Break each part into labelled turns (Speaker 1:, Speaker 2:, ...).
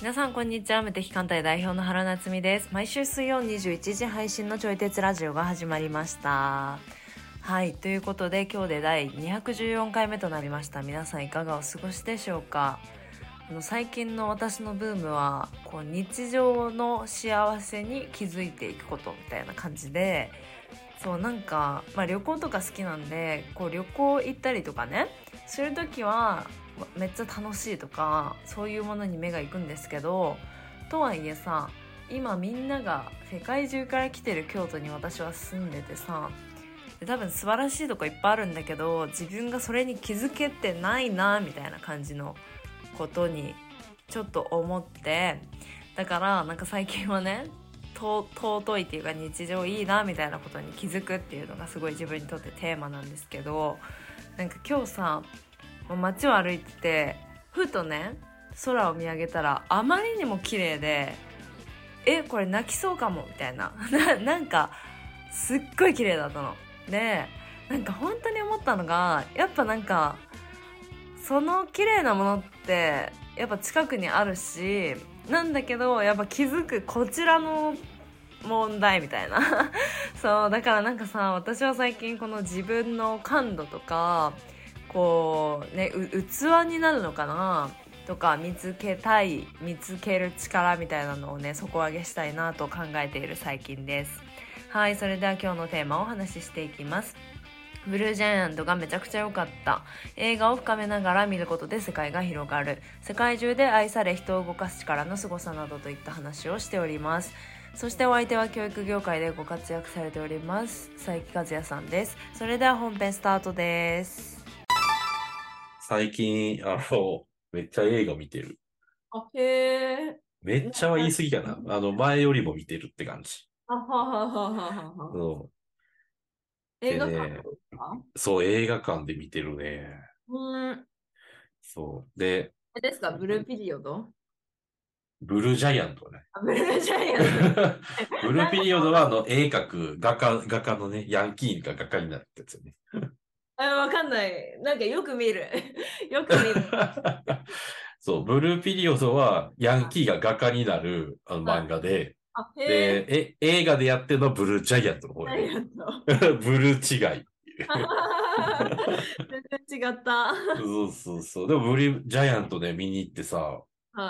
Speaker 1: 皆さんこんにちは無敵艦隊代表の原夏実です毎週水曜21時配信のちょい鉄ラジオが始まりましたはいということで今日で第214回目となりました皆さんいかがお過ごしでしょうかあの最近の私のブームはこう日常の幸せに気づいていくことみたいな感じでそうなんか、まあ、旅行とか好きなんでこう旅行行ったりとかねする時はめっちゃ楽しいとかそういうものに目が行くんですけどとはいえさ今みんなが世界中から来てる京都に私は住んでてさで多分素晴らしいとこいっぱいあるんだけど自分がそれに気づけてないなみたいな感じのことにちょっと思ってだからなんか最近はねと尊いっていうか日常いいなみたいなことに気づくっていうのがすごい自分にとってテーマなんですけどなんか今日さ街を歩いててふとね空を見上げたらあまりにも綺麗でえこれ泣きそうかもみたいな ななんかすっごい綺麗だったの。でなんか本当に思ったのがやっぱなんかその綺麗なものってやっぱ近くにあるしなんだけどやっぱ気づくこちらの問題みたいな そうだからなんかさ私は最近この自分の感度とかこうね器になるのかなとか見つけたい見つける力みたいなのをね底上げしたいなと考えている最近ですはいそれでは今日のテーマをお話ししていきますブルージャイアントがめちゃくちゃ良かった映画を深めながら見ることで世界が広がる世界中で愛され人を動かす力の凄さなどといった話をしておりますそしてお相手は教育業界でご活躍されております佐伯和也さんですそれでは本編スタートです
Speaker 2: 最近、あの、めっちゃ映画見てる。
Speaker 1: あ、へえ。
Speaker 2: めっちゃは言い過ぎかな。あの、前よりも見てるって感じ。
Speaker 1: あはははははは。
Speaker 2: そ
Speaker 1: 映画
Speaker 2: で
Speaker 1: 館
Speaker 2: ね
Speaker 1: ですか
Speaker 2: う、そう映画館で見てるね。
Speaker 1: うん。あ
Speaker 2: そう。で、
Speaker 1: れですか、ブルーピリオド
Speaker 2: ブルージャイア ントね。
Speaker 1: あブルージャ イアント。
Speaker 2: ブルーピリオドは、あの、絵描く画家、画家のね、ヤンキーが画家になったやつよね。
Speaker 1: あ、わかんない。なんかよく見る。 よく見る。
Speaker 2: そう、ブルーピリオドは、ヤンキーが画家になるあの漫画で、
Speaker 1: あ、へえ。
Speaker 2: で、え、映画でやってるのはブルージャイアントの方
Speaker 1: ジ
Speaker 2: や
Speaker 1: ャイ
Speaker 2: ね。
Speaker 1: アント。
Speaker 2: ブルー違い。
Speaker 1: 全然違った。は
Speaker 2: そうそうそう。でも、ブルージャイアントね、見に行ってさ、
Speaker 1: い。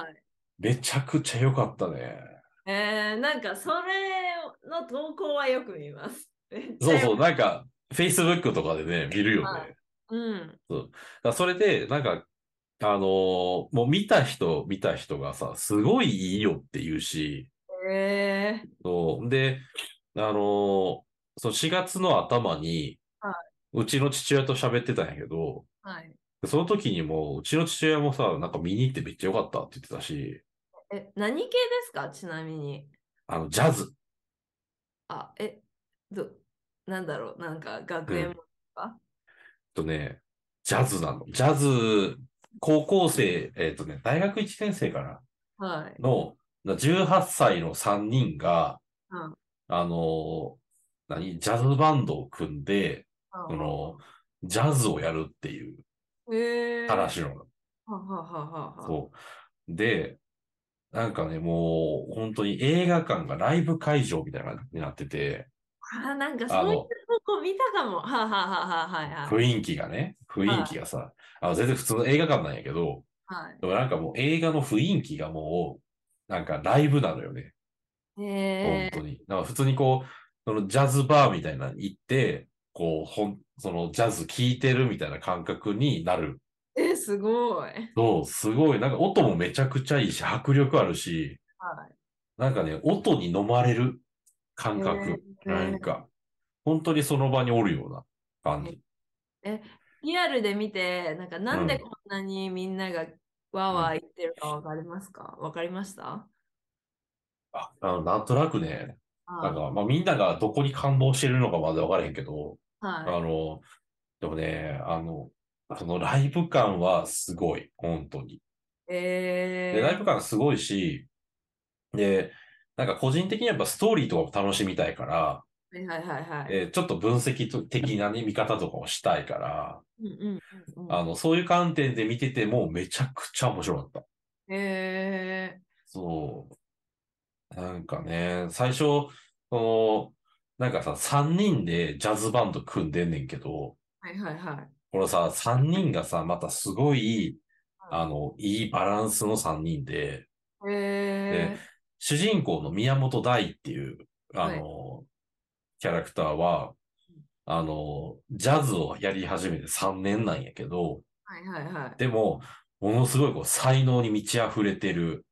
Speaker 2: めちゃくちゃ良かったね。
Speaker 1: えー、なんかそれの投稿はよく見ます。めっちゃ
Speaker 2: そう
Speaker 1: よ
Speaker 2: そう、なんか、Facebook とかでね、見るよ
Speaker 1: は
Speaker 2: ね。
Speaker 1: うん。
Speaker 2: だからそれで、なんか、あのーもう見た人、見た人がさ、すごいいいよって言うし、
Speaker 1: えー、
Speaker 2: そうで、あのーそう4月の頭に
Speaker 1: は、
Speaker 2: うちの父親と喋ってたんやけど、
Speaker 1: はい。
Speaker 2: その時にもう、うちの父親もさ、なんか見に行ってめっちゃ良かったって言ってたし、
Speaker 1: え、何系ですかちなみに。
Speaker 2: あの、ジャズ。
Speaker 1: あ、え、ど、なんだろう、なんか学園
Speaker 2: う
Speaker 1: も
Speaker 2: んえっとね、ジャズなの。ジャズ、高校生、えっとね、大学1年生かな
Speaker 1: はい。
Speaker 2: の、18歳の3人が、
Speaker 1: うん
Speaker 2: あの、何、ジャズバンドを組んで、その、ジャズをやるっていう
Speaker 1: へえ。
Speaker 2: 話なの。
Speaker 1: ははははは。
Speaker 2: そう。で、なんかね、もう、本当に映画館がライブ会場みたいな感じになってて、
Speaker 1: あ、なんか
Speaker 2: あ
Speaker 1: そういう
Speaker 2: の
Speaker 1: とこ見たかも。はあはあはあはいはい。
Speaker 2: 雰囲気がね、雰囲気がさ、あの全然普通の映画館なんやけど、
Speaker 1: はい。
Speaker 2: でもなんかもう映画の雰囲気がもう、なんかライブなのよね。本
Speaker 1: へえ。
Speaker 2: 当に。なんか普通にこう、そのジャズバーみたいなのに行って、こう、ほん、そのジャズ聴いてるみたいな感覚になる。
Speaker 1: え、すごい。
Speaker 2: そう、すごい。なんか音もめちゃくちゃいいし、迫力あるし、
Speaker 1: は
Speaker 2: なんかね、音に飲まれる
Speaker 1: い。
Speaker 2: 感覚。
Speaker 1: へえ
Speaker 2: なんか、本当にその場におるような感じ。
Speaker 1: リアルで見て、なんかなんで
Speaker 2: うん
Speaker 1: こんなにみんながわーわー言ってるかわかりますかわかりました
Speaker 2: ああの、なんとなくね、なん
Speaker 1: は
Speaker 2: か、まあみんながどこに感動してるのかまだわからへんけど、
Speaker 1: い。は
Speaker 2: あの、でもね、あの、そのライブ感はすごい、本当に。
Speaker 1: い。へ
Speaker 2: で、ライ
Speaker 1: え
Speaker 2: ブ。感すごいし、で、なんか個人的にはやっぱストーリーとかも楽しみたいから、
Speaker 3: はいはいはいはい。
Speaker 2: えーちょっと分析的なね、見方とかをしたいから、
Speaker 3: うんうんうんうん
Speaker 2: あの、そういう観点で見ててもめちゃくちゃ面白かった。
Speaker 3: へえ。
Speaker 2: そう。なんかね、最初、その、なんかさ、3人でジャズバンド組んでんねんけど、
Speaker 3: はいはいはい。
Speaker 2: このさ、3人がさ、またすごい、あの、いいバランスの3人で、
Speaker 3: へえ。
Speaker 2: 主人公の宮本大っていう、あ
Speaker 3: はい
Speaker 2: の、キャラクターは、あの、ジャズをやり始めて3年なんやけど、
Speaker 3: はいはいはい。
Speaker 2: でも、ものすごいこう才能に満ち溢れてる。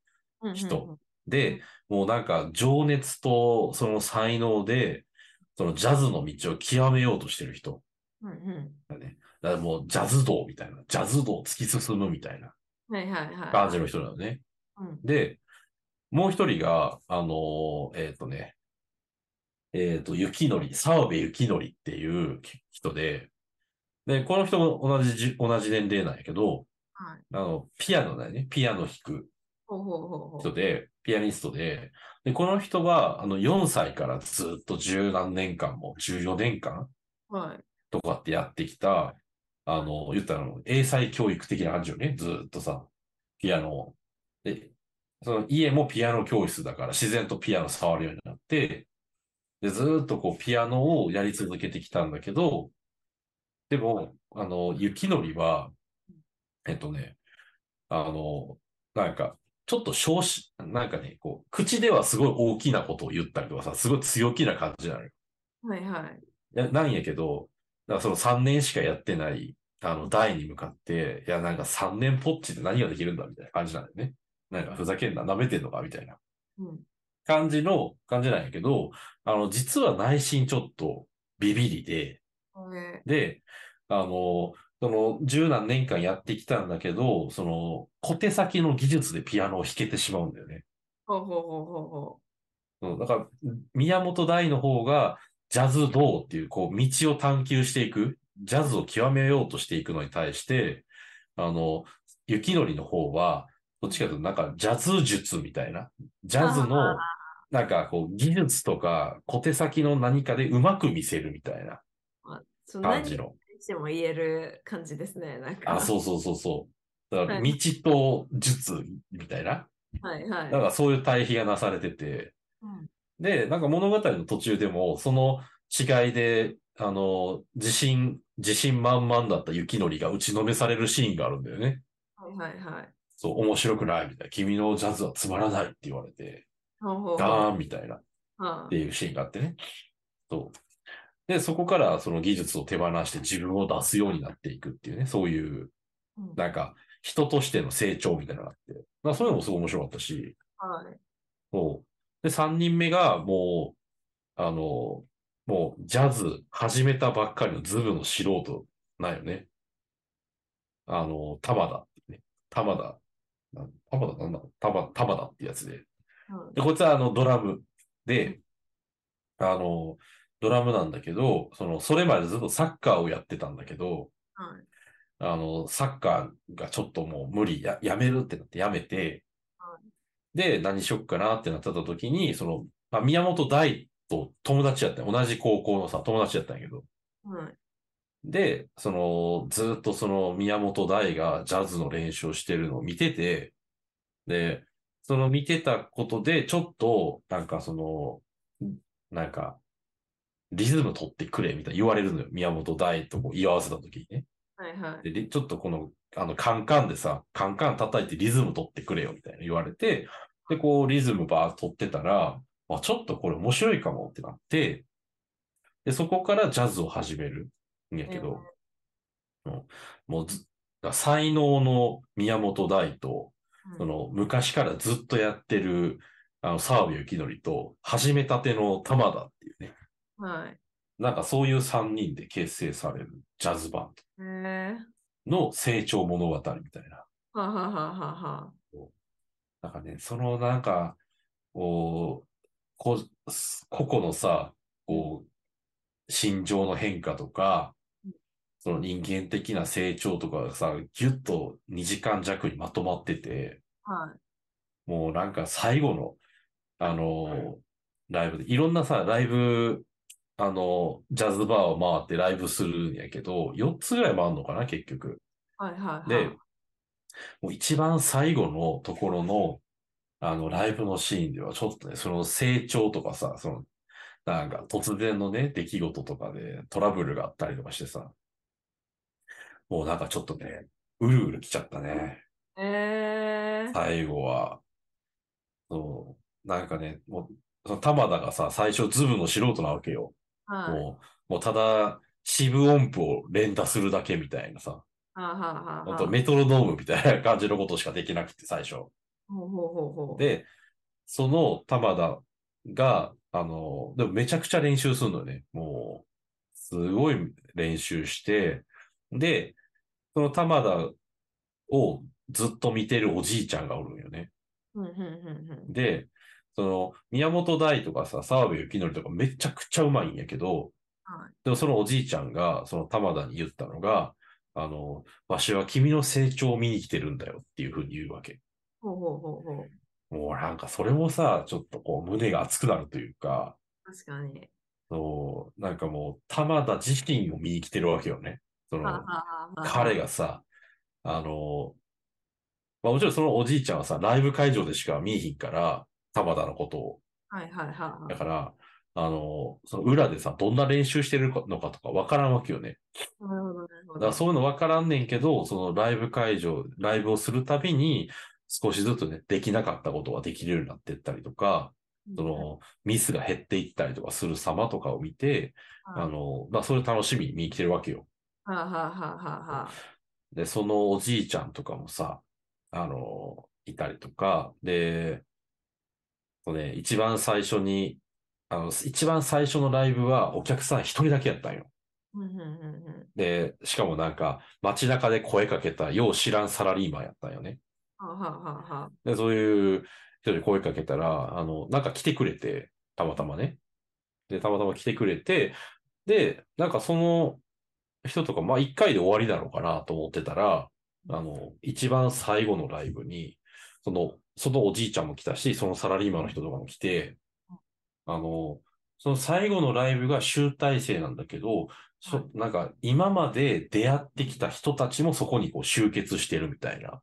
Speaker 3: うんうんうん
Speaker 2: 人。で、もうなんか情熱とその才能で、そのジャズの道を極めようとしてる人
Speaker 3: うんう。
Speaker 2: だね。だからもうジャズ道みたいな、ジャズ道突き進むみたいなん
Speaker 3: はいはいはい。
Speaker 2: 感じの人なのね。
Speaker 3: うん
Speaker 2: で、もう一人が、あのーえっ、とね、えっ、と、ゆきのり、澤部ゆきのりっていう人で、で、この人も同じじ、同じ年齢なんやけど、
Speaker 3: はい
Speaker 2: あの、ピアノだよね。ピアノ弾く
Speaker 3: ほうほうほうほう。
Speaker 2: 人で、ピアニストで、で、この人は、あの、4歳からずっと十何年間も、14年間
Speaker 3: はい。
Speaker 2: とかってやってきた、あの、言ったらあの、英才教育的な感じよね。ずーっとさ、ピアノを。で、その家もピアノ教室だから自然とピアノ触るようになって、で、ずーっとこうピアノをやり続けてきたんだけど、でも、あの、雪のりは、えっとね、あの、なんか、ちょっと少子、なんかね、こう、口ではすごい大きなことを言ったりとかさ、すごい強気な感じなのよ
Speaker 3: はいはい。
Speaker 2: ななんやけど、だからその3年しかやってない、あの、代に向かって、いや、なんか3年ぽっちで何ができるんだみたいな感じなんだよね。なんかふざけんな、舐めてんのかみたいな
Speaker 3: うん。
Speaker 2: 感じの、感じなんやけど、あの、実は内心ちょっとビビりで、
Speaker 3: これ。
Speaker 2: で、あの、その、十何年間やってきたんだけど、その、小手先の技術でピアノを弾けてしまうんだよね。
Speaker 3: ほうほうほうほうほ
Speaker 2: うん、だから、宮本大の方が、ジャズ道っていう、こう、道を探求していく、ジャズを極めようとしていくのに対して、あの、雪のりの方は、どっちかというと、なんか、ジャズ術みたいな、ジャズの、なんか、こう、技術とか、小手先の何かでうまく見せるみたいな
Speaker 3: う。その
Speaker 2: 感
Speaker 3: 何
Speaker 2: じ
Speaker 3: に
Speaker 2: の。
Speaker 3: しても言える感じですね。なんか。
Speaker 2: あ、そうそうそうそう。だから、
Speaker 3: は
Speaker 2: 道と術みたいな。
Speaker 3: はいはい。
Speaker 2: なんかそういう対比がなされてて、
Speaker 3: うん
Speaker 2: で、なんか物語の途中でも、その違いで、あの、自信、自信満々だった雪のりが打ちのめされるシーンがあるんだよね。
Speaker 3: はいはいはい。
Speaker 2: そう、面白くないみたいな。君のジャズはつまらないって言われて、
Speaker 3: ほうほうほう。
Speaker 2: ガーンみたいなっ
Speaker 3: は
Speaker 2: ていうシーンがあってね。そう。で、そこからその技術を手放して自分を出すようになっていくっていうね、そういう、
Speaker 3: い。うん
Speaker 2: なんか、人としての成長みたいなのがあって。まあ、そういうのもすごい面白かったし、
Speaker 3: はい。
Speaker 2: そう。で、3人目が、もう、あの、もう、ジャズ始めたばっかりのズブの素人なんよね。あの、玉田ってね。玉田。な玉田なんだ玉、玉田ってやつで。
Speaker 3: うん
Speaker 2: で、こいつはあの、ドラムで、あの、ドラムなんだけど、その、それまでずっとサッカーをやってたんだけど、
Speaker 3: はい
Speaker 2: あの、サッカーがちょっともう無理、や、やめるってなってやめて
Speaker 3: は、
Speaker 2: で、何しよっかなってなってた時に、その、まあ、宮本大と友達やった、同じ高校のさ、友達やったんやけど、
Speaker 3: はい。
Speaker 2: で、その、ずっとその宮本大がジャズの練習をしてるのを見てて、で、その見てたことで、ちょっと、なんかその、なんか、リズム取ってくれ、みたいな言われるのよ。宮本大とこう居合わせた時にね。
Speaker 3: はいはい。
Speaker 2: で、リちょっとこの、あの、カンカンでさ、カンカン叩いてリズム取ってくれよ、みたいな言われて、で、こう、リズムバーッと取ってたら、あ、ちょっとこれ面白いかもってなって、で、そこからジャズを始めるんやけど、うんもうず、だ才能の宮本大と、
Speaker 3: うん
Speaker 2: その、昔からずっとやってる、あの、澤部幸則と、始めたての玉田っていうね、
Speaker 3: はい。
Speaker 2: なんかそういう3人で結成されるジャズバン
Speaker 3: えー。
Speaker 2: ドの成長物語みたいな。
Speaker 3: はあはあはあはあはあ。
Speaker 2: なんかね、そのなんか、こう、こす個々のさ、こう、心情の変化とか
Speaker 3: うん、
Speaker 2: その人間的な成長とかがさ、ぎゅっと2時間弱にまとまってて、
Speaker 3: はい。
Speaker 2: もうなんか最後の、あのーライブで、いろんなさ、ライブあの、ジャズバーを回ってライブするんやけど、4つぐらい回るのかな、結局。
Speaker 1: はいはいはい。
Speaker 2: で、もう一番最後のところの、あの、ライブのシーンでは、ちょっとね、その成長とかさ、その、なんか突然のね、出来事とかでトラブルがあったりとかしてさ、もうなんかちょっとね、うるうる来ちゃったね、
Speaker 1: えー、
Speaker 2: 最後は。そう、なんかね、もう、その玉田がさ、最初ズブの素人なわけよ。
Speaker 1: はい。
Speaker 2: もう、もうただ、四分音符を連打するだけみたいなさ、
Speaker 1: はあはあ
Speaker 2: ほん
Speaker 1: はあ
Speaker 2: とメトロノームみたいな感じのことしかできなくて、最初。
Speaker 1: ほうほうほうほう。
Speaker 2: で、その玉田が、あの、でもめちゃくちゃ練習するのよね。もう、すごい練習して、で、その玉田をずっと見てるおじいちゃんがおるんよね。
Speaker 1: うんうんうんうん。
Speaker 2: で、その、宮本大とかさ、澤部幸則とかめちゃくちゃうまいんやけど、
Speaker 1: はい
Speaker 2: でもそのおじいちゃんが、その玉田に言ったのが、あの、わしは君の成長を見に来てるんだよっていうふうに言うわけ。
Speaker 1: ほうほうほうほう。
Speaker 2: もうなんかそれもさ、ちょっとこう胸が熱くなるというか、
Speaker 1: 確かに。
Speaker 2: そう、なんかもう玉田自身を見に来てるわけよね。そ
Speaker 1: はあは
Speaker 2: の、
Speaker 1: あはあ
Speaker 2: 彼がさ、あの、まあもちろんそのおじいちゃんはさ、ライブ会場でしか見えひんから、玉田のことを。
Speaker 1: はいはいは
Speaker 2: だから、あの、その裏でさ、どんな練習してるのかとかわからんわけよね。
Speaker 1: い。なるほどなるほ
Speaker 2: だから
Speaker 1: ど。
Speaker 2: そういうの分からんねんけど、そのライブ会場、ライブをするたびに、少しずつね、できなかったことができるようになってったりとか、そのミスが減っていったりとかする様とかを見て、
Speaker 1: はい
Speaker 2: あの、まあ、それを楽しみに見に来てるわけよ。
Speaker 1: はあはあはあはあはあ。
Speaker 2: で、そのおじいちゃんとかもさ、あの、いたりとか、で、そうね、一番最初に、あの、一番最初のライブはお客さん一人だけやったんよ。
Speaker 1: うんうんうんうん。
Speaker 2: で、しかもなんか街中で声かけたよう知らんサラリーマンやったんよね。
Speaker 1: はあはあはあはあ。
Speaker 2: で、そういう人に声かけたら、あの、なんか来てくれて、たまたまね。で、たまたま来てくれて、で、なんかその人とか、まあ一回で終わりなのかなと思ってたら、あの、一番最後のライブに、その、そのおじいちゃんも来たし、そのサラリーマンの人とかも来て、あの、その最後のライブが集大成なんだけ
Speaker 1: は
Speaker 2: ど、そなんか今まで出会ってきた人たちもそこにこう集結してるみたいな。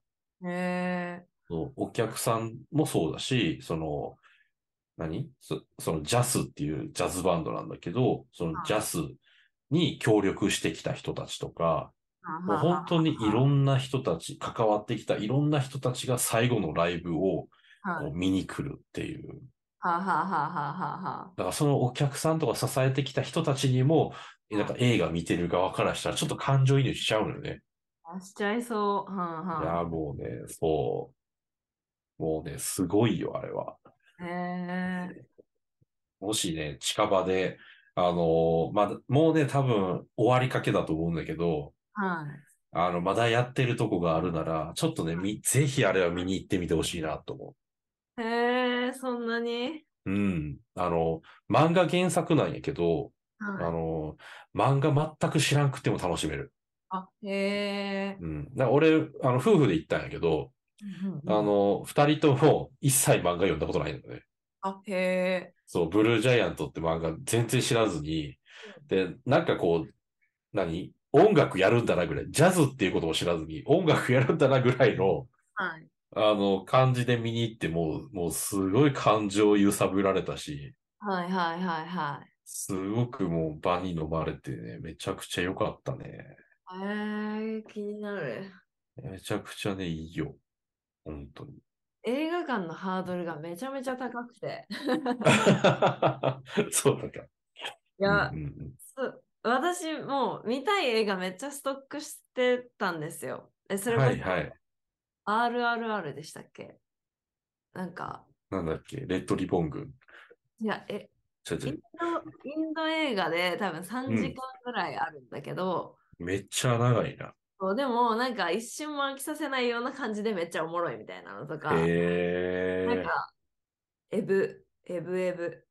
Speaker 1: へえ。
Speaker 2: そうお客さんもそうだし、その、何そそのジャスっていうジャズバンドなんだけど、その
Speaker 1: はい
Speaker 2: ジャスに協力してきた人たちとか、
Speaker 1: はあ
Speaker 2: もう
Speaker 1: はあはあ
Speaker 2: 本当にいろんな人たち、関わってきたいろんな人たちが最後のライブを
Speaker 1: はい
Speaker 2: こう見に来るっていう。
Speaker 1: はあはあはあはあはあ。
Speaker 2: だからそのお客さんとか支えてきた人たちにも、
Speaker 1: はい
Speaker 2: なんか映画見てる側からしたらちょっと感情移入しちゃうのよね。
Speaker 1: あしちゃいそう。うん
Speaker 2: い
Speaker 1: は
Speaker 2: や、もうね、そう。もうね、すごいよ、あれは。
Speaker 1: ん。へえ。
Speaker 2: もしね、近場で、あのーまだ、もうね、多分終わりかけだと思うんだけど、
Speaker 1: はい。
Speaker 2: あの、まだやってるとこがあるなら、ちょっとね、み、ぜひあれは見に行ってみてほしいなと思
Speaker 1: へえ、そんなに
Speaker 2: う。うん。あの、漫画原作なんやけど、あ
Speaker 1: はい。
Speaker 2: のー漫画全く知らんくても楽しめる。
Speaker 1: あ、へえ。
Speaker 2: うん。だから俺、あの、夫婦で行ったんやけど、あのー二人とも一切漫画読んだことないのね。
Speaker 1: あ、へえ。
Speaker 2: そう、ブルージャイアントって漫画全然知らずに、で、なんかこう、何音楽やるんだなぐらい、ジャズっていうことも知らずに、音楽やるんだなぐらいの、
Speaker 1: はい。
Speaker 2: あの、感じで見に行って、もう、もうすごい感情を揺さぶられたし、
Speaker 1: はいはいはいはい。
Speaker 2: すごくもう場に飲まれてね、めちゃくちゃ良かったね。
Speaker 1: えー、気になる。
Speaker 2: めちゃくちゃね、いいよ。本当に。
Speaker 1: 映画館のハードルがめちゃめちゃ高くて。
Speaker 2: そうだか。
Speaker 1: いや
Speaker 2: う、んうんうん
Speaker 1: そう私もう見たい映画めっちゃストックしてたんですよ。え、それこ
Speaker 2: は
Speaker 1: そ
Speaker 2: いはい。
Speaker 1: RRR でしたっけなんか、
Speaker 2: なんだっけ、レッドリボン軍。
Speaker 1: いや、え、
Speaker 2: ちょち
Speaker 1: イ
Speaker 2: ょ
Speaker 1: ンドインド映画で多分
Speaker 2: う
Speaker 1: 3
Speaker 2: ん
Speaker 1: 時間ぐらいあるんだけど、
Speaker 2: めっちゃ長いな。
Speaker 1: そうでもなんか一瞬も飽きさせないような感じでめっちゃおもろいみたいなのとか、
Speaker 2: へ
Speaker 1: なん
Speaker 2: え。
Speaker 1: か、エブ、エブエブ。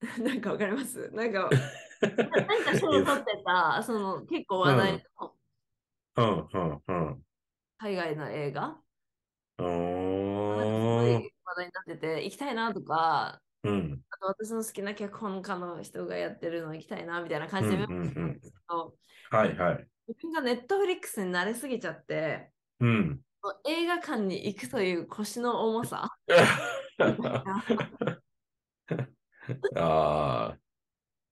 Speaker 1: なんかわかりますなん か、ななんか賞を取ってた、その結構話題の
Speaker 2: うんうんうん。
Speaker 1: 海外の映画、なん
Speaker 2: う
Speaker 1: かす
Speaker 2: ー
Speaker 1: ごい
Speaker 2: ん。
Speaker 1: 話題になってて、行きたいなとか、
Speaker 2: うん。
Speaker 1: あと私の好きな脚本家の人がやってるの行きたいなみたいな
Speaker 2: うん
Speaker 1: 感
Speaker 2: う
Speaker 1: じ
Speaker 2: ん
Speaker 1: で
Speaker 2: う
Speaker 1: 見け
Speaker 2: ん。
Speaker 1: ど、
Speaker 2: はいはい。
Speaker 1: 自分がネットフリックスに慣れすぎちゃって、
Speaker 2: うん。
Speaker 1: 映画館に行くという腰の重さ。
Speaker 2: ああ、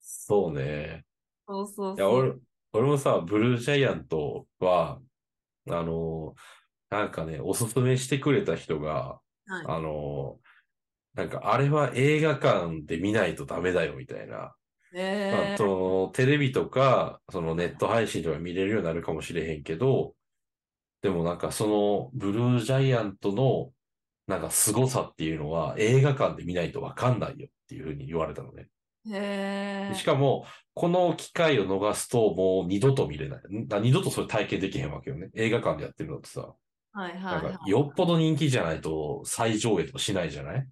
Speaker 2: そうね。
Speaker 1: そうそう
Speaker 2: いや、
Speaker 1: そう。
Speaker 2: 俺、俺もさ、ブルージャイアントは、あの、なんかね、おすすめしてくれた人が、
Speaker 1: はい
Speaker 2: あの、なんか、あれは映画館で見ないとダメだよ、みたいな。
Speaker 1: え
Speaker 2: あ
Speaker 1: ー、
Speaker 2: と、テレビとか、そのネット配信とか見れるようになるかもしれへんけど、でもなんかそのブルージャイアントのなんか凄さっていうのは映画館で見ないとわかんないよっていうふうに言われたのね。
Speaker 1: えー、
Speaker 2: しかも、この機会を逃すともう二度と見れない。んだ二度とそれ体験できへんわけよね。映画館でやってるのってさ、
Speaker 1: はいは、
Speaker 2: ないん
Speaker 1: は
Speaker 2: かよっぽど人気じゃないと再上映とかしないじゃない
Speaker 1: い。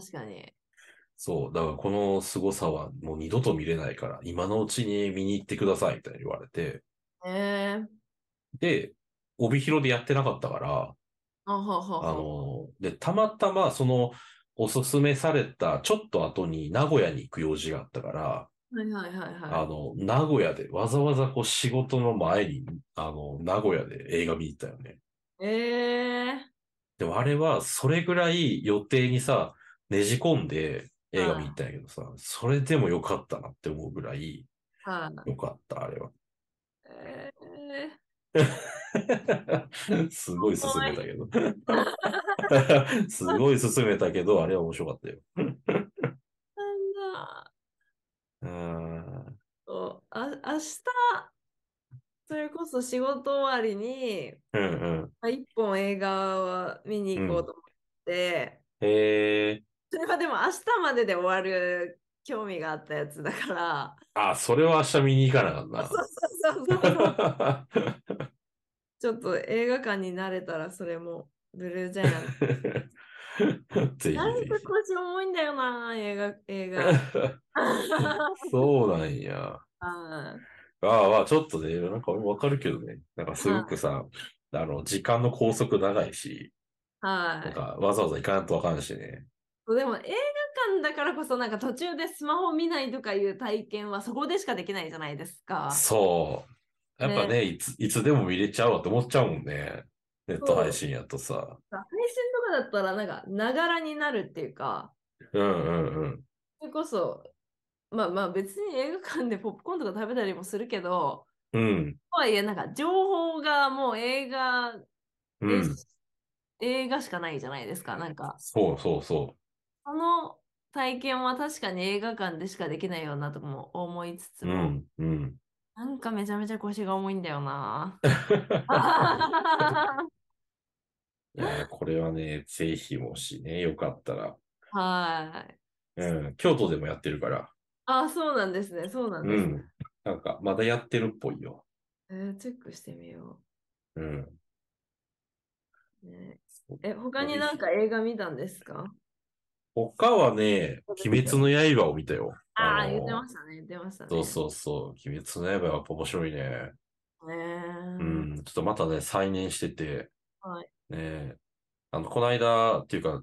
Speaker 1: 確かに。
Speaker 2: そう。だからこの凄さはもう二度と見れないから、今のうちに見に行ってくださいみたいに言われて、
Speaker 1: えー、
Speaker 2: で、帯広でやってなかったから、
Speaker 1: あほうほうほう
Speaker 2: あの、で、たまたまその、おすすめされたちょっと後に名古屋に行く用事があったから、
Speaker 1: はいはいはい
Speaker 2: あ
Speaker 1: は
Speaker 2: の、名古屋で、わざわざこう仕事の前に、あの、名古屋で映画見に行ったよね。
Speaker 1: い。えー、
Speaker 2: でもあれは、それぐらい予定にさ、ねじ込んで映画見に行ったんやけどさ、それでも良かったなって思うぐらい
Speaker 1: はい。
Speaker 2: 良かった、あれ は。
Speaker 1: え
Speaker 2: すごい進めたけど。すごい 進めたけど、あれは面白かったよ。
Speaker 1: ー、なんだ。
Speaker 2: うん。
Speaker 1: そうあ明日、それこそ仕事終わりに、
Speaker 2: うんうん。
Speaker 1: まあ一本映画は見に行こうと思って、
Speaker 2: えー、
Speaker 1: それはでも明日までで終わる興味があったやつだから、
Speaker 2: あ、それは明日見に行かなかった
Speaker 1: そうそうそうそうそう。
Speaker 2: な。
Speaker 1: ちょっと映画館に慣れたらそれもブルージャイ アント。
Speaker 2: ぜひぜ
Speaker 1: なんか腰重いんだよな、映画。映画
Speaker 2: ひ。そうなんや。
Speaker 1: あ
Speaker 2: ああ、まあ、ちょっとね、なんか俺もわかるけどね。なんかすごくさ、あの、時間の拘束長いし、
Speaker 1: ーは
Speaker 2: なん
Speaker 1: い。
Speaker 2: かわざわざ行かないとわかんないしね。
Speaker 1: そうでも映画館だからこそなんか途中でスマホ見ないとかいう体験はそこでしかできないじゃないですか。
Speaker 2: そう。やっぱね、いつ、いつでも見れちゃうわって思っちゃうもんね。ネット配信やとさ。
Speaker 1: 配信とかだったらなんかながらになるっていうか、
Speaker 2: うんうんうん。
Speaker 1: それこそ、まあまあ別に映画館で ポップコーンとか食べたりもするけど、
Speaker 2: うん。
Speaker 1: とはいえなんか情報がもう映画
Speaker 2: う
Speaker 1: で
Speaker 2: ん。
Speaker 1: 映画しかないじゃないですか。なんか
Speaker 2: そうそうそ
Speaker 1: その体験は確かに映画館でしかできないようなとも思いつつ
Speaker 2: う。う
Speaker 1: も、
Speaker 2: ん。うん。
Speaker 1: なんかめちゃめちゃ腰が重いんだよな。
Speaker 2: いやー、これはね、ぜひもしね、よかったら。
Speaker 1: はい。
Speaker 2: うん。京都でもやってるから。
Speaker 1: あ、そうなんですね。そうなん
Speaker 2: う
Speaker 1: ですね。
Speaker 2: ん。なんか、まだやってるっぽいよ。
Speaker 1: えーチェックしてみよ
Speaker 2: うん。
Speaker 1: う。ね、え、他になんか映画見たんですか
Speaker 2: 他はね、鬼滅の刃を見たよ。
Speaker 1: ああ、
Speaker 2: の
Speaker 1: 言ってましたね。言ってましたね。
Speaker 2: そうそうそう。鬼滅の刃はやっぱ面白いね。
Speaker 1: ねー
Speaker 2: うん。ちょっとまたね、再燃してて。
Speaker 1: はい
Speaker 2: ねえあの、この間、っていうか、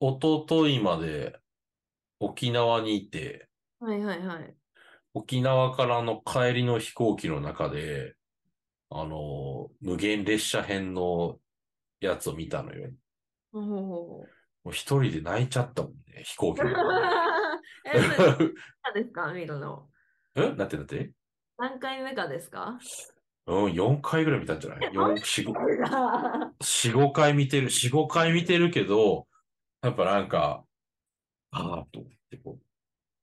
Speaker 2: 一昨日まで沖縄にいて、
Speaker 1: はいはいはい。
Speaker 2: 沖縄からの帰りの飛行機の中で、あの、無限列車編のやつを見たのよ。
Speaker 1: ほうほうほ う
Speaker 2: もう一人で泣いちゃったもんね、飛行機の 中
Speaker 1: え、
Speaker 2: で
Speaker 1: それ何ですか見るの。
Speaker 2: えなんてなんて
Speaker 1: 何回目かですか
Speaker 2: うん、4回ぐらい見たんじゃない ?4、4、5、
Speaker 1: は
Speaker 2: 四五回見てる、四五回見てるけど、やっぱなんか、ああ、と思ってこ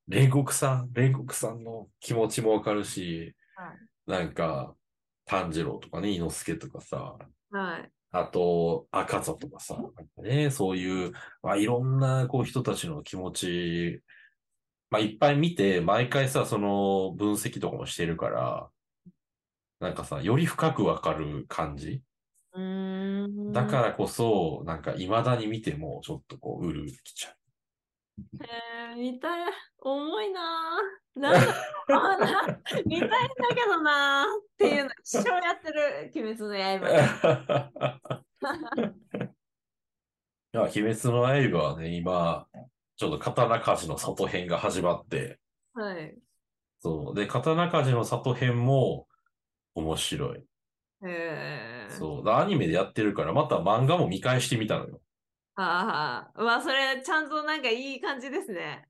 Speaker 2: う、煉獄さん、煉獄さんの気持ちもわかるし、
Speaker 1: はい
Speaker 2: なんか、炭治郎とかね、伊之助とかさ、
Speaker 1: い。
Speaker 2: あと、赤座とかさ、なんかね、そういう、まあ、いろんなこう人たちの気持ち、まあ、いっぱい見て、毎回さ、その分析とかもしてるから、なんかさ、より深くわかる感じ
Speaker 1: うーん。
Speaker 2: だからこそ、なんか未だに見ても、ちょっとこう、うるうる きちゃ
Speaker 1: えー見たい、重いなぁ。なんだろうな見たいんだけどなぁっていうの一生やってる、鬼滅の刃。
Speaker 2: う。いや、鬼滅の刃はね、今、ちょうど刀鍛冶の里編が始まって、
Speaker 1: はい。
Speaker 2: そう。で、刀鍛冶の里編も面白い。
Speaker 1: へー
Speaker 2: そう。だアニメでやってるから、また漫画も見返してみたのよ。
Speaker 1: はあはあ。うわ、それ、ちゃんとなんかいい感じですね。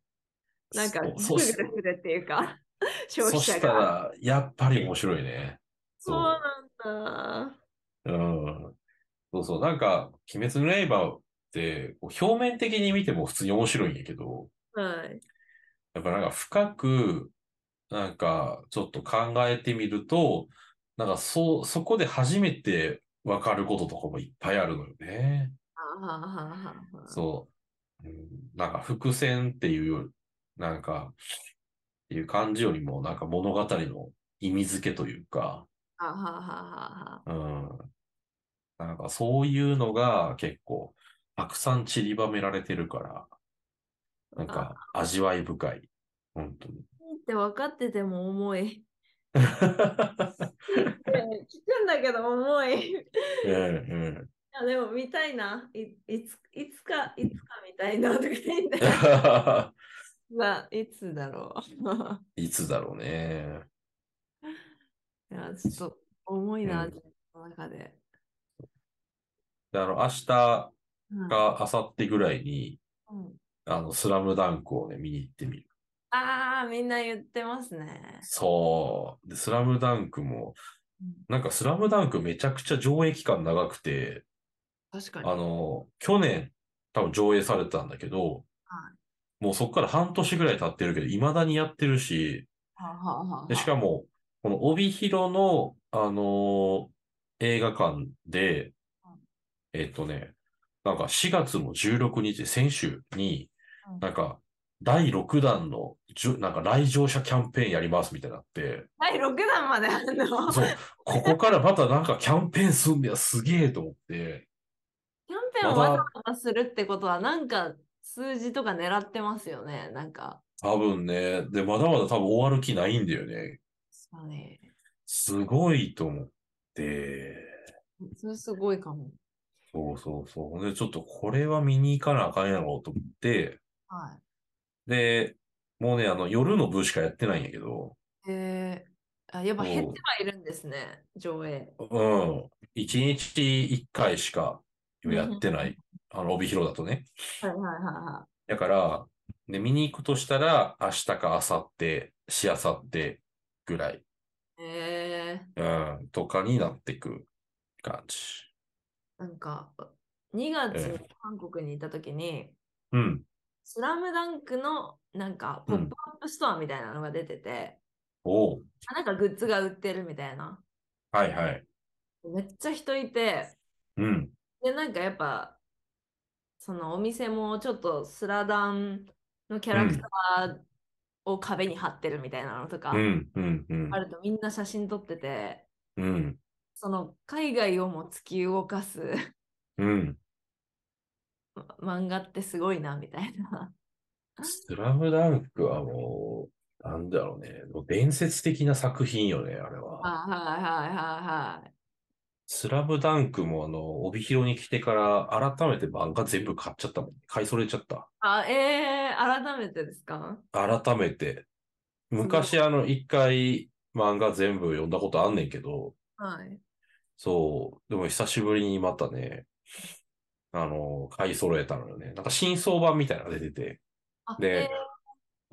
Speaker 1: なんか、
Speaker 2: そう
Speaker 1: グ
Speaker 2: そ
Speaker 1: ルグルするっていう か、消
Speaker 2: そ
Speaker 1: 費
Speaker 2: し
Speaker 1: 者
Speaker 2: た
Speaker 1: が。
Speaker 2: ら、やっぱり面白いね。
Speaker 1: そうなんだ。
Speaker 2: うん。そうそう。なんか、鬼滅の刃って、こう表面的に見ても普通に面白いんやけど、
Speaker 1: はい。
Speaker 2: やっぱなんか深く、なんかちょっと考えてみると、なんかそう、そこで初めてわかることとかもいっぱいあるのよね。
Speaker 1: はあはあはあはあ
Speaker 2: そう。うん、なんか伏線っていうより、なんか、っていう感じよりも、なんか物語の意味付けというか、
Speaker 1: はあはあはあはあ。
Speaker 2: うん。なんかそういうのが結構、たくさん散りばめられてるから、なんか味わい深い。本当に。
Speaker 1: いいって分かってても重い。聞くんだけど重い。い
Speaker 2: うんうん。
Speaker 1: やでも見たいな。いいついつか、いつか見たいなとか言 って。まあ、いつだろう。
Speaker 2: いつだろうね。
Speaker 1: いや、ちょっと重いな、
Speaker 2: うん
Speaker 1: 自分の中で。
Speaker 2: であの、明日か
Speaker 1: うん
Speaker 2: 明後日ぐらいに、
Speaker 1: うん
Speaker 2: あの、スラムダンクをね、見に行ってみる。
Speaker 1: ああ、みんな言ってますね。
Speaker 2: そう。で、スラムダンクも、なんかスラムダンクめちゃくちゃ上映期間長くて、
Speaker 1: 確かに。
Speaker 2: あの、去年多分上映されてたんだけど、
Speaker 1: は
Speaker 2: もうそっから半年ぐらい経ってるけど、未だにやってるし、
Speaker 1: はあはあはあ
Speaker 2: でしかも、この帯広の、あのー映画館で
Speaker 1: うん、
Speaker 2: えっとね、なんか4月の16日、先週に
Speaker 1: うん、
Speaker 2: なんか、第6弾のじゅ、なんか来場者キャンペーンやりますみたいになって、
Speaker 1: 第6弾まである の
Speaker 2: そう、ここからまたなんかキャンペーンすんだよ、すげえと思って、
Speaker 1: キャンペーンをわざわざするってことは、なんか数字とか狙ってますよね。なんか、
Speaker 2: 多分ね、で、まだまだ多分終わる気ないんだよね。
Speaker 1: そうね。
Speaker 2: すごいと思って、
Speaker 1: それすごいかも。
Speaker 2: そうそうそう。で、ちょっとこれは見に行かなあかんやろうと思って、
Speaker 1: は
Speaker 2: で、もうね、あの、夜の部しかやってないんやけど、
Speaker 1: い。えー、あやっぱ減って
Speaker 2: おう
Speaker 1: はいるんですね、上映。
Speaker 2: うん。一日一回しかやってない。あの、帯広だとね。
Speaker 1: はいはいはいは
Speaker 2: だから、で、見に行くとしたら、明日か明後日、しあさってぐらい、
Speaker 1: い。え
Speaker 2: うん、とかになってく感じ。
Speaker 1: ー、なんか、2月
Speaker 2: え
Speaker 1: に韓国にいたときに、
Speaker 2: うん。
Speaker 1: スラムダンクのなんかポップアップストアみたいなのが出てて、
Speaker 2: おう。
Speaker 1: あなんかグッズが売ってるみたいな。
Speaker 2: はいはい。
Speaker 1: めっちゃ人いて、
Speaker 2: うん。
Speaker 1: で、なんかやっぱ、そのお店もちょっとスラダンのキャラクターを壁に貼ってるみたいなのとか
Speaker 2: うん、うん、うん
Speaker 1: あ。るとみんな写真撮ってて、
Speaker 2: うん、
Speaker 1: その海外をも突き動かす
Speaker 2: うん。
Speaker 1: 漫画ってすごいなみたいな。
Speaker 2: スラムダンクはもう、なんだろうね。もう伝説的な作品よね、あれは。
Speaker 1: はいはいはいはいはい。
Speaker 2: スラムダンクもあの、帯広に来てから改めて漫画全部買っちゃったもん。買い揃えちゃった。
Speaker 1: あ、えー、改めてですか
Speaker 2: 改めて。昔あの、一回漫画全部読んだことあんねんけど、
Speaker 1: はい。
Speaker 2: そう、でも久しぶりにまたね、あの、買い揃えたのよね。なんか新装版みたいなのが出てて、
Speaker 1: あ、え
Speaker 2: で
Speaker 1: ー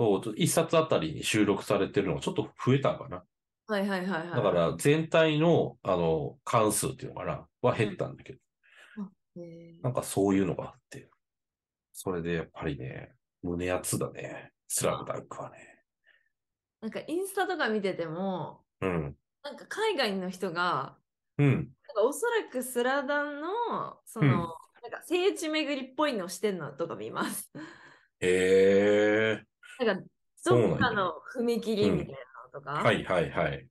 Speaker 2: そう、ちょっと一冊あたりに収録されてるのがちょっと増えたんかな。
Speaker 1: はいはいはいはい。
Speaker 2: だから全体の、あの、関数っていうのかな、は減ったんだけど。
Speaker 1: えー
Speaker 2: なんかそういうのがあって。それでやっぱりね、胸熱だね。スラムダンクはね。
Speaker 1: なんかインスタとか見てても、
Speaker 2: うん。
Speaker 1: なんか海外の人が、
Speaker 2: うん。
Speaker 1: なんかおそらくスラダンの、その、
Speaker 2: うん
Speaker 1: なんか聖地巡りっぽいのをしてんのとか見ます。
Speaker 2: へえ
Speaker 1: なんか、
Speaker 2: そうなんや
Speaker 1: どっかの踏切みたいなのとか、
Speaker 2: ー。はいはいはい。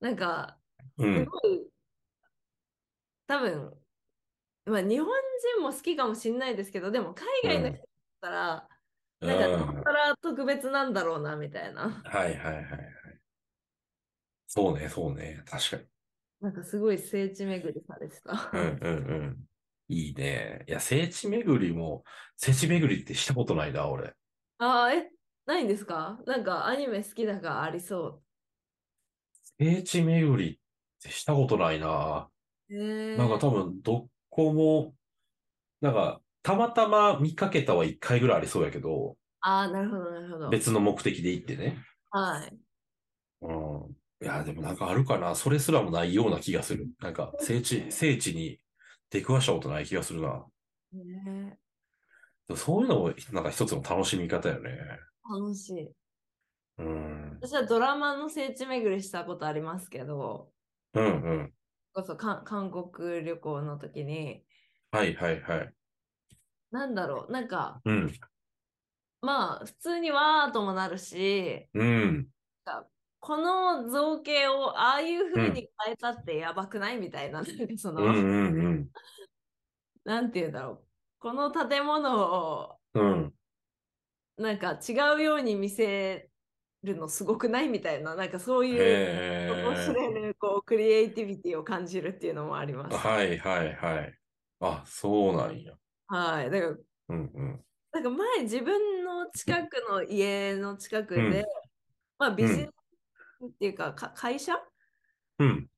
Speaker 1: なんか、
Speaker 2: う
Speaker 1: す
Speaker 2: ん。
Speaker 1: ごい、多分、まあ日本人も好きかもしれないですけど、でも海外の人だったら、
Speaker 2: うん。
Speaker 1: なんか、な
Speaker 2: は
Speaker 1: んたら特別なんだろうな、みたいな。
Speaker 2: いはいはいはい。そうね、そうね。確かに。
Speaker 1: なんかすごい聖地巡りされてた。
Speaker 2: うんうんうん。いいね。いや、聖地巡りも、聖地巡りってしたことないな、俺。
Speaker 1: ああ、え、ないんですかなんかアニメ好きだからありそ
Speaker 2: 聖地巡りってしたことないな。
Speaker 1: う。へえ
Speaker 2: なんか多分、どこも、なんか、たまたま見かけたは一回ぐらいありそうやけど、
Speaker 1: ああ、なるほど、なるほど。
Speaker 2: 別の目的で行ってね。
Speaker 1: はい。
Speaker 2: うん。いや、でもなんかあるかな。それすらもないような気がする。なんか、聖地、聖地に出くわしたことない気がするな。
Speaker 1: へえ
Speaker 2: でもそういうのも、なんか一つの楽しみ方よね。
Speaker 1: 楽しい。
Speaker 2: うん。
Speaker 1: 私はドラマの聖地巡りしたことありますけど、
Speaker 2: うんうん。
Speaker 1: こそか韓国旅行の時に、
Speaker 2: はいはいはい。
Speaker 1: なんだろう、なんか、
Speaker 2: うん。
Speaker 1: まあ、普通にわーともなるし、
Speaker 2: うん。
Speaker 1: この造形をああいう風
Speaker 2: うん
Speaker 1: に変えたってやばくないみたいな、なんかそ
Speaker 2: うん
Speaker 1: の、
Speaker 2: うん
Speaker 1: なんて言うんだろう。この建物を、
Speaker 2: う ん。うん。
Speaker 1: なんか違うように見せるのすごくないみたいな、なんかそういう、
Speaker 2: へ
Speaker 1: 面
Speaker 2: え。
Speaker 1: 白いね、こう、クリエイティビティを感じるっていうのもあります。
Speaker 2: はいはいはい。あ、そうなんや。
Speaker 1: はい。だから、
Speaker 2: うんうん。
Speaker 1: なんか前自分の近くの家の近くで、
Speaker 2: うん
Speaker 1: まあビジネスっていうかか会社
Speaker 2: うん。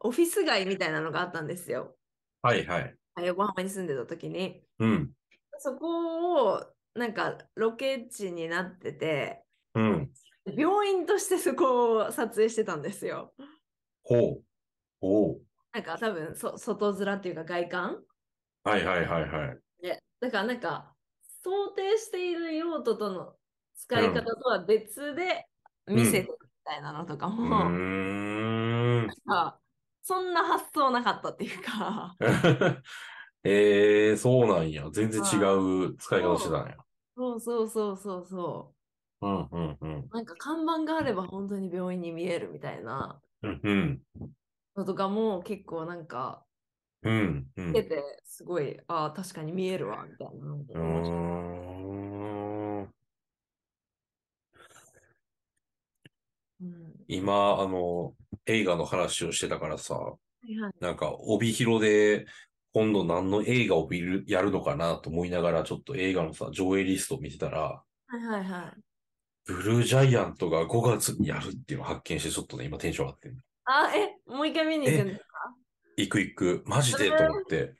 Speaker 1: オフィス街みたいなのがあったんですよ。
Speaker 2: はいはい。
Speaker 1: はい横浜に住んでた時に。
Speaker 2: うん。
Speaker 1: そこをなんかロケ地になってて、
Speaker 2: うん。
Speaker 1: 病院としてそこを撮影してたんですよ。
Speaker 2: ほう。ほう。
Speaker 1: なんか多分そ外面っていうか外観
Speaker 2: はいはいはいはい。
Speaker 1: で、だからなんか想定している用途との使い方とは別で見せてみたいなのとか
Speaker 2: う
Speaker 1: も、
Speaker 2: ーん。
Speaker 1: あそんな発想なかったっていうか、
Speaker 2: ええ、そうなんや。全然違う使い方してたんや。
Speaker 1: そうそうそうそうそ
Speaker 2: うんうんうん。
Speaker 1: う。なんか看板があれば本当に病院に見えるみたいな
Speaker 2: うんうん。
Speaker 1: のとかも結構なんか、
Speaker 2: うんうん。
Speaker 1: 出てすごい、ああ、確かに見えるわ、みたいなの
Speaker 2: うー
Speaker 1: が面白い。
Speaker 2: ん。
Speaker 1: うん。
Speaker 2: 今、あの、映画の話をしてたからさ、
Speaker 1: はいはい。
Speaker 2: なんか、帯広で、今度何の映画を見る、やるのかなと思いながら、ちょっと映画のさ、上映リストを見てたら、
Speaker 1: はいはいはい。
Speaker 2: ブルージャイアントが5月にやるっていうのを発見して、ちょっとね、今テンション上がってる。
Speaker 1: あ、え、もう一回見に行くんです
Speaker 2: 行く行く、マジでと思って。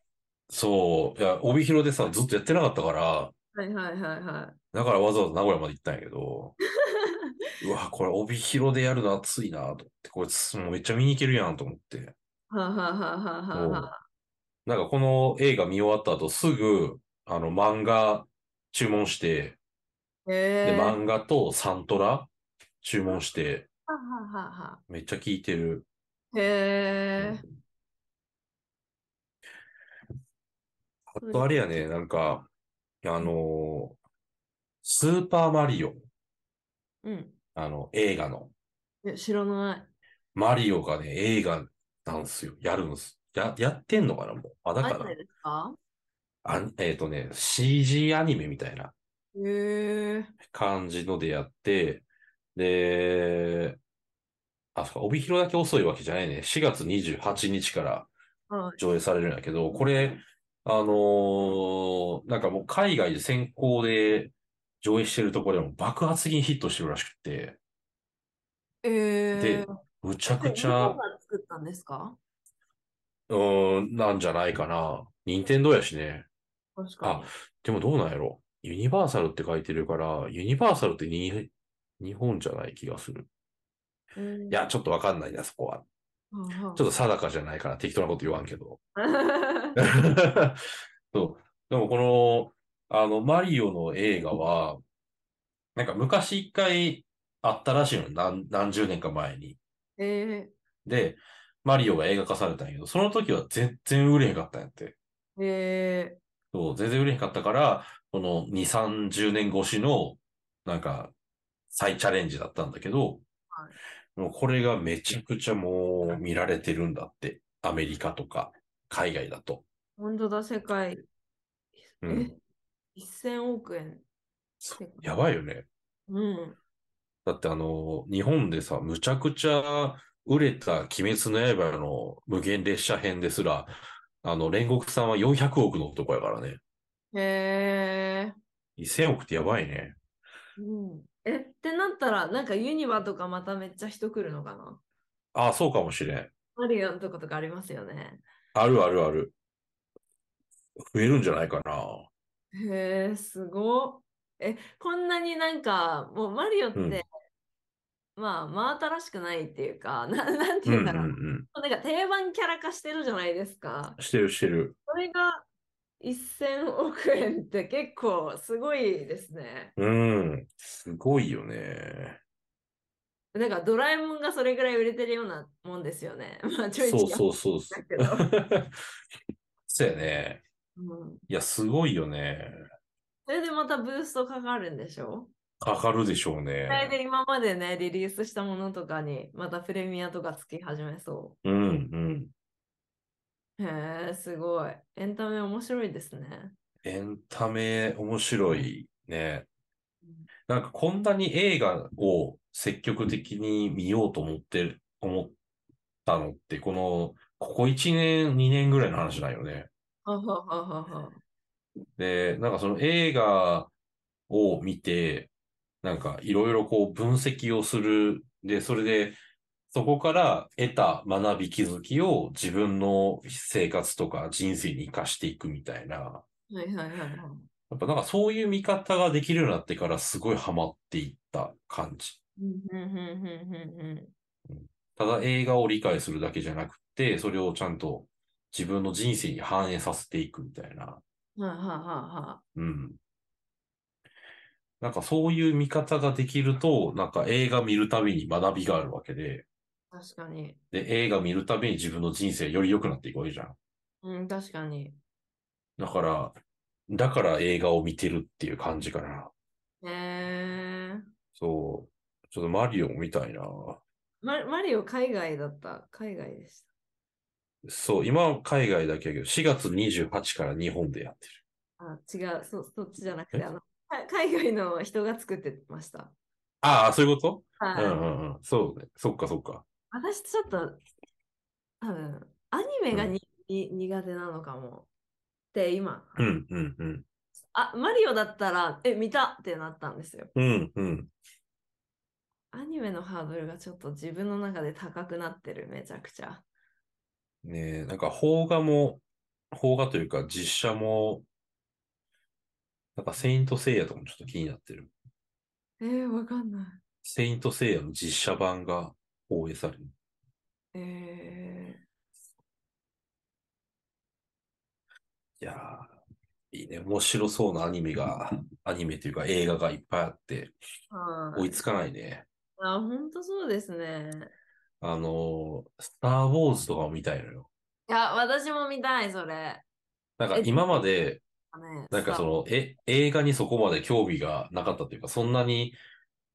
Speaker 2: そう、いや、帯広でさ、ずっとやってなかったから、
Speaker 1: はいはいはいはい。
Speaker 2: だからわざわざ名古屋まで行ったんやけど、うわ、これ帯広でやるの暑いなと思って、こいつもうめっちゃ見に行けるやんと思って。
Speaker 1: はあ、はあはあはあはあはあ、
Speaker 2: なんかこの映画見終わった後すぐ、あの漫画注文して、
Speaker 1: へ
Speaker 2: で、
Speaker 1: え。は
Speaker 2: 漫画とサントラ注文して、
Speaker 1: あはあはあはあ
Speaker 2: めっちゃ聴いてる。
Speaker 1: へえ。
Speaker 2: あとあれやね、なんか、あのースーパーマリオ、
Speaker 1: うん。
Speaker 2: あの、映画の、
Speaker 1: え知らない。
Speaker 2: マリオがね、映画なんすよ。やるんす。や、やってんのかなもう。あ、だ
Speaker 1: ア
Speaker 2: か
Speaker 1: ニ
Speaker 2: ら
Speaker 1: メ、ですか
Speaker 2: あえっ、とね、CG アニメみたいな
Speaker 1: へえ。
Speaker 2: 感じのでやって、で、あ、そうか、帯広だけ遅いわけじゃないね。4月28日から
Speaker 1: はい。
Speaker 2: 上映されるんやけど、これ、あのーなんかもう海外で先行で上映してるところでも爆発的にヒットしてるらしくって、
Speaker 1: え
Speaker 2: で
Speaker 1: え。
Speaker 2: むちゃくち
Speaker 1: お
Speaker 2: ゃ
Speaker 1: 父、さん作ったんですか
Speaker 2: うーん、なんじゃないかな。任天堂やしね。
Speaker 1: 確かに。
Speaker 2: でもどうなんやろユニバーサルって書いてるから、ユニバーサルってに日本じゃない気がする。
Speaker 1: うん
Speaker 2: いや、、ちょっとわかんないな、そこは。
Speaker 1: ちょっ
Speaker 2: ちょっと定かじゃないから適当なこと言わんけど。
Speaker 1: は
Speaker 2: そう。でもこの、あの、マリオの映画は、なんか昔一回あったらしいのよ何、何十年か前に。
Speaker 1: い。 え
Speaker 2: で、マリオが映画化されたんやけど、その時は全然売れへんかったんやって。
Speaker 1: ー、え
Speaker 2: そう、全然売れへんかったから、この2、30年越しの、なんか、再チャレンジだったんだけど、
Speaker 1: は
Speaker 2: もうこれがめちゃくちゃもう見られてるんだって。アメリカとか、海外だと。
Speaker 1: ー、本当だ、世界。
Speaker 2: うん。
Speaker 1: え1000億円。世界
Speaker 2: やばいよね。
Speaker 1: うん。
Speaker 2: だってあの、日本でさ、むちゃくちゃ売れた鬼滅の刃の無限列車編ですら、あの、煉獄さんは400億の男やからね。
Speaker 1: へえ。
Speaker 2: 1000億ってやばいね。
Speaker 1: うん。え、ってなったら、なんかユニバとかまためっちゃ人来るのかな
Speaker 2: ああ、そうかもしれん。
Speaker 1: マリオンとかとかありますよね。
Speaker 2: あるあるある。増えるんじゃないかな。
Speaker 1: へえ、すごっ。え、こんなになんか、もうマリオって、
Speaker 2: うん
Speaker 1: まあ、真新しくないっていうか、な、なんて
Speaker 2: う
Speaker 1: 言うん
Speaker 2: んうん
Speaker 1: だろう。
Speaker 2: うん。
Speaker 1: なんか定番キャラ化してるじゃないですか。
Speaker 2: してるしてる。
Speaker 1: それが1000億円って結構すごいですね。
Speaker 2: うん。すごいよね。
Speaker 1: なんかドラえもんがそれぐらい売れてるようなもんですよね。 まあ、ちょいちょ
Speaker 2: そう
Speaker 1: い
Speaker 2: そうそうそ
Speaker 1: だ
Speaker 2: う。
Speaker 1: けど。
Speaker 2: そうやね。
Speaker 1: うん
Speaker 2: いや、すごいよね。
Speaker 1: それでまたブーストかかるんでしょ
Speaker 2: かかるでしょう
Speaker 1: それ
Speaker 2: ね。
Speaker 1: で今までね、リリースしたものとかに、またプレミアとかつき始めそ
Speaker 2: うんうん。
Speaker 1: う。へえ、すごい。エンタメ面白いですね。
Speaker 2: エンタメ面白いね。なんかこんなに映画を積極的に見ようと思ってる、思ったのって、この、ここ1年、2年ぐらいの話だよね。
Speaker 1: ははははは。
Speaker 2: で、なんかその映画を見て、なんかいろいろこう分析をする。で、それで、そこから得た学び気づきを自分の生活とか人生に活かしていくみたいな。
Speaker 1: はいはいはいはい。
Speaker 2: やっぱなんかそういう見方ができるようになってからすごいハマっていった感じ。
Speaker 1: うんうんうんうんうんうん。
Speaker 2: ただ映画を理解するだけじゃなくて、それをちゃんと自分の人生に反映させていくみたいな。
Speaker 1: はいはいはいは
Speaker 2: うん。なんかそういう見方ができると、なんか映画見るたびに学びがあるわけ
Speaker 1: い。
Speaker 2: で、
Speaker 1: 確かに。
Speaker 2: で、映画見るたびに自分の人生より良くなっていくわけじゃん。
Speaker 1: うん、確かに。
Speaker 2: だから、だから映画を見てるっていう感じかな。
Speaker 1: へえ。
Speaker 2: そう。ちょっとマリオみたいな。
Speaker 1: ママリオ海外だった。海外でし
Speaker 2: そう、今は海外だけやけど、4月28から日本でやってる。
Speaker 1: た。あ、違う。そ、そっちじゃなくて、
Speaker 2: え
Speaker 1: あの、か海外の人が作ってました。
Speaker 2: ああ、そういうこ
Speaker 1: は
Speaker 2: と
Speaker 1: い。
Speaker 2: うんうんうん。そうね。そっかそっか。
Speaker 1: 私ちょっと、多分、アニメが
Speaker 2: うん
Speaker 1: に、に苦手なのかも。って今、
Speaker 2: うんうんうん。
Speaker 1: あ、マリオだったら、え、見たってなったんですよ。
Speaker 2: うんうん。
Speaker 1: アニメのハードルがちょっと自分の中で高くなってる、めちゃくちゃ。
Speaker 2: ねえ、なんか邦画も、邦画というか実写も、なんかセイントセイヤとかもちょっと気になってる。
Speaker 1: えー、わかんない。
Speaker 2: セイントセイヤの実写版が放映される。
Speaker 1: え
Speaker 2: いやー、いいね。面白そうなアニメが、アニメというか映画がいっぱいあって、
Speaker 1: ー、は
Speaker 2: 追
Speaker 1: い。
Speaker 2: いつかないね。
Speaker 1: あ、ほんとそうですね。
Speaker 2: あのースター・ウォーズとかも見たいのよ。
Speaker 1: いや、私も見たい、それ。
Speaker 2: なんか
Speaker 1: え
Speaker 2: 今まで、
Speaker 1: ね、
Speaker 2: なんか
Speaker 1: さ
Speaker 2: その、え、映画にそこまで興味がなかったというか、そんなに、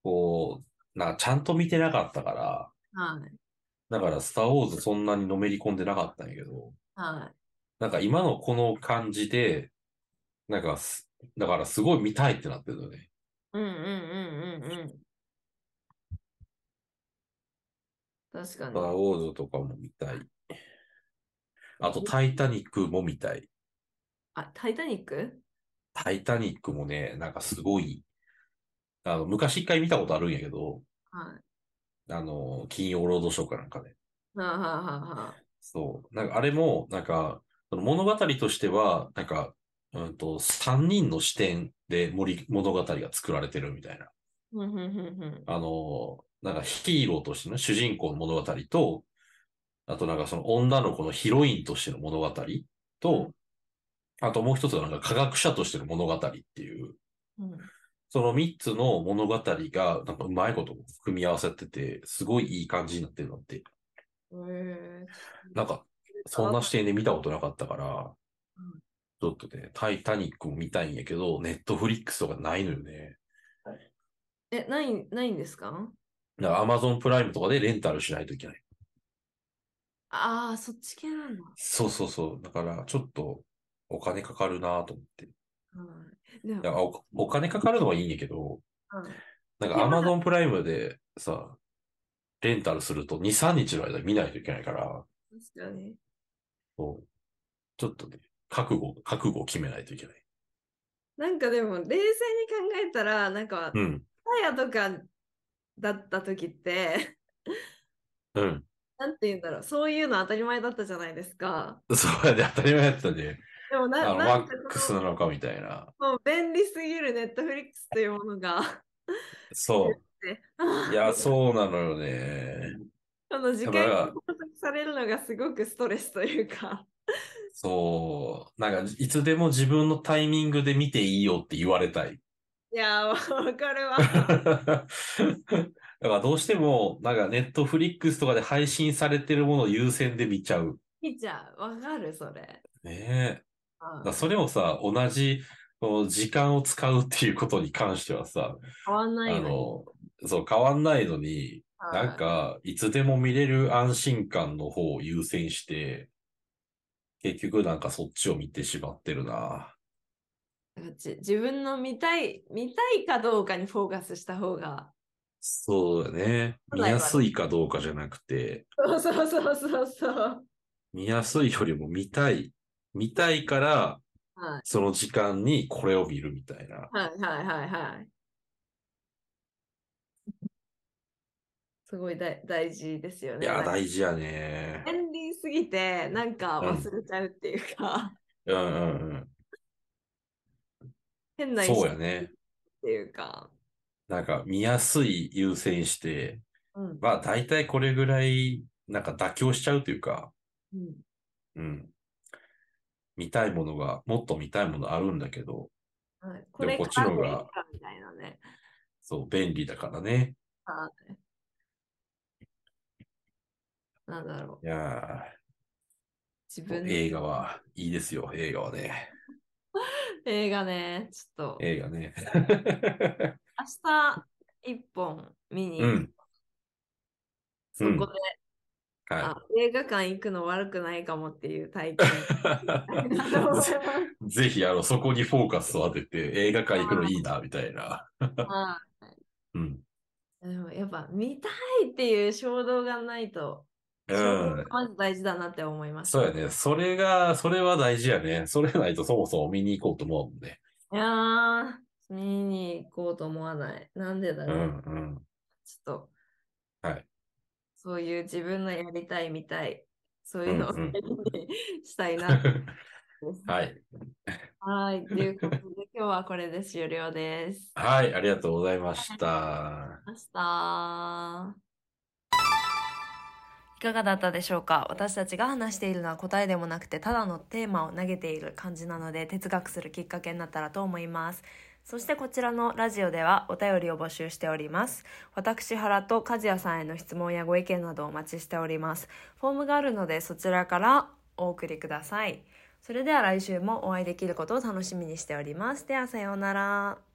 Speaker 2: こう、なんかちゃんと見てなかったから、
Speaker 1: はい。
Speaker 2: だから、スター・ウォーズそんなにのめり込んでなかったんやけど、
Speaker 1: は
Speaker 2: なんか今のこの感じで、なんかす、だからすごい見たいってなってるよね。
Speaker 1: い。うんうんうんうんうん。確か
Speaker 2: ス
Speaker 1: に
Speaker 2: タ。ー・ウォーズとかも見たい。あと、タイタニックも見たい。
Speaker 1: あ、タイタニック
Speaker 2: タイタニックもね、なんかすごい、あの、昔一回見たことあるんやけど、
Speaker 1: はい。
Speaker 2: あの、金曜ロードショーかなんかで。
Speaker 1: はあ、はあはあはあ、
Speaker 2: そう。なんかあれも、なんか、その物語としては、なんか、うんと、3人の視点で森物語が作られてるみたいな。
Speaker 1: ふんふんふんふん。
Speaker 2: あの、なんかヒーローとしての主人公の物語と、あとなんかその女の子のヒロインとしての物語と、あともう一つはなんか科学者としての物語っていう、
Speaker 1: うん
Speaker 2: その三つの物語がなんかうまいこと組み合わせてて、すごいいい感じになってるのって、
Speaker 1: え
Speaker 2: なんかそんな視点で見たことなかったから
Speaker 1: うん、
Speaker 2: ちょっとね、タイタニックも見たいんやけど、ネットフリックスとかないのよね。
Speaker 1: え、ない、ないんですか
Speaker 2: だからアマゾンプライムとかでレンタルしないといけない。
Speaker 1: ああ、そっち系なんだ。
Speaker 2: そうそうそう。だから、ちょっと、お金かかるなと思って。
Speaker 1: はい。で
Speaker 2: だ
Speaker 1: も、
Speaker 2: からおお金かかるのはいいんやけど、
Speaker 1: はい
Speaker 2: なんか Amazon プライムでさ、レンタルすると2、3日の間見ないといけないから、
Speaker 1: 確かに。
Speaker 2: そうちょっとね、覚悟、覚悟を決めないといけない。
Speaker 1: なんかでも冷静に考えたら、なんか、
Speaker 2: うん。
Speaker 1: タヤとかだった時って、
Speaker 2: うん。
Speaker 1: なんて言うんだろう、そういうの当たり前だったじゃないですか。
Speaker 2: そうやね、当たり前やったね。
Speaker 1: でもな、
Speaker 2: あの、
Speaker 1: な
Speaker 2: ワ
Speaker 1: ん
Speaker 2: ッ
Speaker 1: か
Speaker 2: クスなのかみたいな。
Speaker 1: その、もう便利すぎるネットフリックスというものが、
Speaker 2: そ
Speaker 1: で
Speaker 2: う。いや、そうなのよね。
Speaker 1: その時間
Speaker 2: だか
Speaker 1: に
Speaker 2: ら
Speaker 1: 拘束されるのがすごくストレスというか、
Speaker 2: そう。なんか、いつでも自分のタイミングで見ていいよって言われたい。
Speaker 1: いやー、わかるわ。
Speaker 2: だ からどうしても、なんか、ネットフリックスとかで配信されてるものを優先で見ちゃう。
Speaker 1: みーちゃん、わかる、それ。
Speaker 2: ねえ。だか
Speaker 1: う
Speaker 2: ら
Speaker 1: ん
Speaker 2: それもさ、同じ、この時間を使うっていうことに関してはさ、
Speaker 1: 変わん
Speaker 2: あ
Speaker 1: ないよね。
Speaker 2: の、そう、変わんないのに、なんか、いつでも見れる安心感の方を優先して、結局なんかそっちを見てしまってるな。
Speaker 1: うんじ自分の見たい、見たいかどうかにフォーカスした方 が。
Speaker 2: そうだね。見やすいかどうかじゃなくて、
Speaker 1: そうそうそうそうそう。
Speaker 2: 見やすいよりも見たい。見たいから、
Speaker 1: はい
Speaker 2: その時間にこれを見るみたいな。
Speaker 1: はいはいはいはい。 すごいだい大事ですよ
Speaker 2: い
Speaker 1: ね。
Speaker 2: や、
Speaker 1: なんか
Speaker 2: 大事やね。
Speaker 1: 便利すぎて、なんか
Speaker 2: うん
Speaker 1: 忘れちゃうっていうか、
Speaker 2: うんうん
Speaker 1: 変
Speaker 2: うん。
Speaker 1: な
Speaker 2: そう
Speaker 1: 意
Speaker 2: や
Speaker 1: 識っ
Speaker 2: ね。
Speaker 1: ていうか。
Speaker 2: なんか見やすい優先して、
Speaker 1: うん
Speaker 2: まあ大体これぐらい、なんか妥協しちゃうというか、
Speaker 1: うん
Speaker 2: うん。見たいものが、もっと見たいものあるんだけど、
Speaker 1: はいこれ
Speaker 2: こっち
Speaker 1: から
Speaker 2: の方が
Speaker 1: でいいかみたいなね。
Speaker 2: そう、便利だからね。
Speaker 1: はいなんだろう。
Speaker 2: いや
Speaker 1: 自分
Speaker 2: ー、
Speaker 1: の
Speaker 2: 映画はいいですよ、映画はね。
Speaker 1: 映画ね、ちょっと
Speaker 2: 映 画ね。
Speaker 1: 明日一本見に
Speaker 2: う
Speaker 1: 行く
Speaker 2: ん。
Speaker 1: そこで、
Speaker 2: は
Speaker 1: あ映画館行くの悪くないかもっていう体験。
Speaker 2: い。ぜひ、あの、そこにフォーカスを当てて、映画館行くのいいな、みたいな。
Speaker 1: は
Speaker 2: うん。
Speaker 1: いでもやっぱ見たいっていう衝動がないと、
Speaker 2: う
Speaker 1: 衝動
Speaker 2: ん
Speaker 1: が。まず大事だなって思いました。
Speaker 2: そうやね。それが、それは大事やね。それないとそもそも見に行こうと思うもんね。
Speaker 1: いやー、見に行こうと思わない。なんでだ
Speaker 2: う
Speaker 1: ろう。
Speaker 2: んうん。
Speaker 1: ちょっと、
Speaker 2: はい
Speaker 1: そういう自分のやりたい、見たい、そういうのを
Speaker 2: うんうん
Speaker 1: したいな。
Speaker 2: はい。
Speaker 1: はい。ということで、今日はこれで終了です。
Speaker 2: はい、ありがとうございました。
Speaker 1: 明日。
Speaker 3: いかがだったでしょうか私たちが話しているのは答えでもなくてただのテーマを投げている感じなので哲学するきっかけになったらと思いますそしてこちらのラジオではお便りを募集しております私原と和也さんへの質問やご意見などお待ちしておりますフォームがあるのでそちらからお送りくださいそれでは来週もお会いできることを楽しみにしておりますではさようなら